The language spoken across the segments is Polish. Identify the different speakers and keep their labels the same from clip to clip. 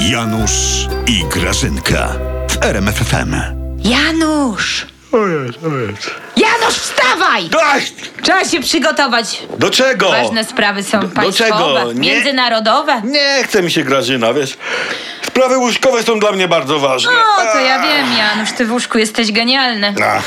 Speaker 1: Janusz i Grażynka w RMFFM.
Speaker 2: Janusz!
Speaker 3: Powiedz, powiedz.
Speaker 2: Janusz, wstawaj!
Speaker 3: Dość!
Speaker 2: Trzeba się przygotować.
Speaker 3: Do czego?
Speaker 2: Ważne sprawy są
Speaker 3: do
Speaker 2: państwowe,
Speaker 3: czego? Nie-
Speaker 2: międzynarodowe.
Speaker 3: Nie chce mi się Grażyna, wiesz. Sprawy łóżkowe są dla mnie bardzo ważne.
Speaker 2: O, to ja wiem, Janusz, ty w łóżku jesteś genialny.
Speaker 3: Ach,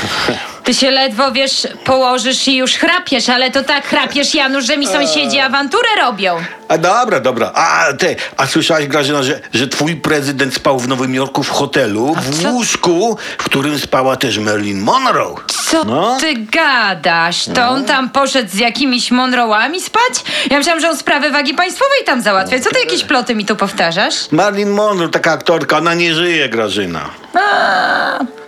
Speaker 2: Ty się ledwo, wiesz, położysz i już chrapiesz, ale to tak chrapiesz, Janusz, że mi sąsiedzi
Speaker 3: Eee.
Speaker 2: awanturę robią.
Speaker 3: A dobra, dobra. A ty, a słyszałaś Grażyna, że, że twój prezydent spał w Nowym Jorku w hotelu, w
Speaker 2: co-
Speaker 3: łóżku, w którym spała też Marilyn Monroe.
Speaker 2: Co
Speaker 3: No.
Speaker 2: ty gadasz? To on tam poszedł z jakimiś Monrołami spać? Ja myślałam, że on sprawy wagi państwowej tam załatwia. Co ty jakieś ploty mi tu powtarzasz?
Speaker 3: Marilyn Monroe, taka aktorka, ona nie żyje, Grażyna.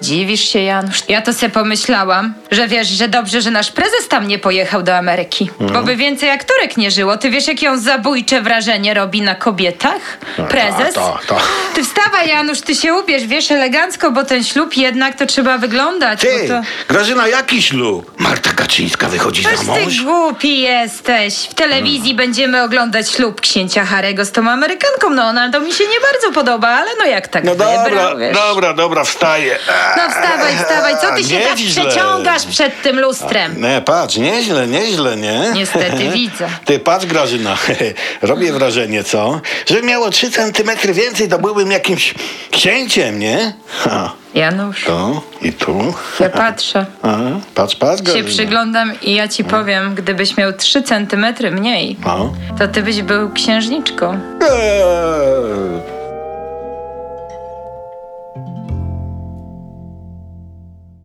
Speaker 2: Dziwisz się, Janusz. Ja to sobie pomyślałam, że wiesz, że dobrze, że nasz prezes tam nie pojechał do Ameryki.
Speaker 3: No.
Speaker 2: Bo by więcej aktorek nie żyło. Ty wiesz, jakie on zabójcze wrażenie robi na kobietach?
Speaker 3: No, tak,
Speaker 2: Prezes?
Speaker 3: To, to.
Speaker 2: Ty wstawaj, Janusz, ty się ubierz, wiesz, elegancko, bo ten ślub jednak to trzeba wyglądać.
Speaker 3: Ty,
Speaker 2: bo No to...
Speaker 3: Grażyna, jaki ślub? Marta Kaczyńska wychodzi
Speaker 2: Toż
Speaker 3: za mąż?
Speaker 2: ty głupi jesteś. W
Speaker 3: No.
Speaker 2: telewizji będziemy oglądać ślub księcia Harego z tą Amerykanką. No ona to mi się nie bardzo podoba, ale no jak tak
Speaker 3: No dobra,
Speaker 2: wybrał, wiesz.
Speaker 3: dobra, dobra, wstaję.
Speaker 2: No wstawaj, wstawaj, co ty się tak
Speaker 3: Nieźle.
Speaker 2: przeciągasz przed tym lustrem?
Speaker 3: Nie, patrz, nieźle, nieźle, nie?
Speaker 2: Niestety, widzę.
Speaker 3: Ty, patrz Grażyna, robię wrażenie, co? Że miało 3 centymetry więcej, to byłbym jakimś księciem, nie? Ha,
Speaker 2: Janusz,
Speaker 3: tu i tu.
Speaker 2: ja patrzę,
Speaker 3: A, patrz, patrz
Speaker 2: się
Speaker 3: Grażyna.
Speaker 2: przyglądam i ja ci powiem, gdybyś miał 3 centymetry mniej,
Speaker 3: No.
Speaker 2: to ty byś był księżniczką.
Speaker 3: Eee,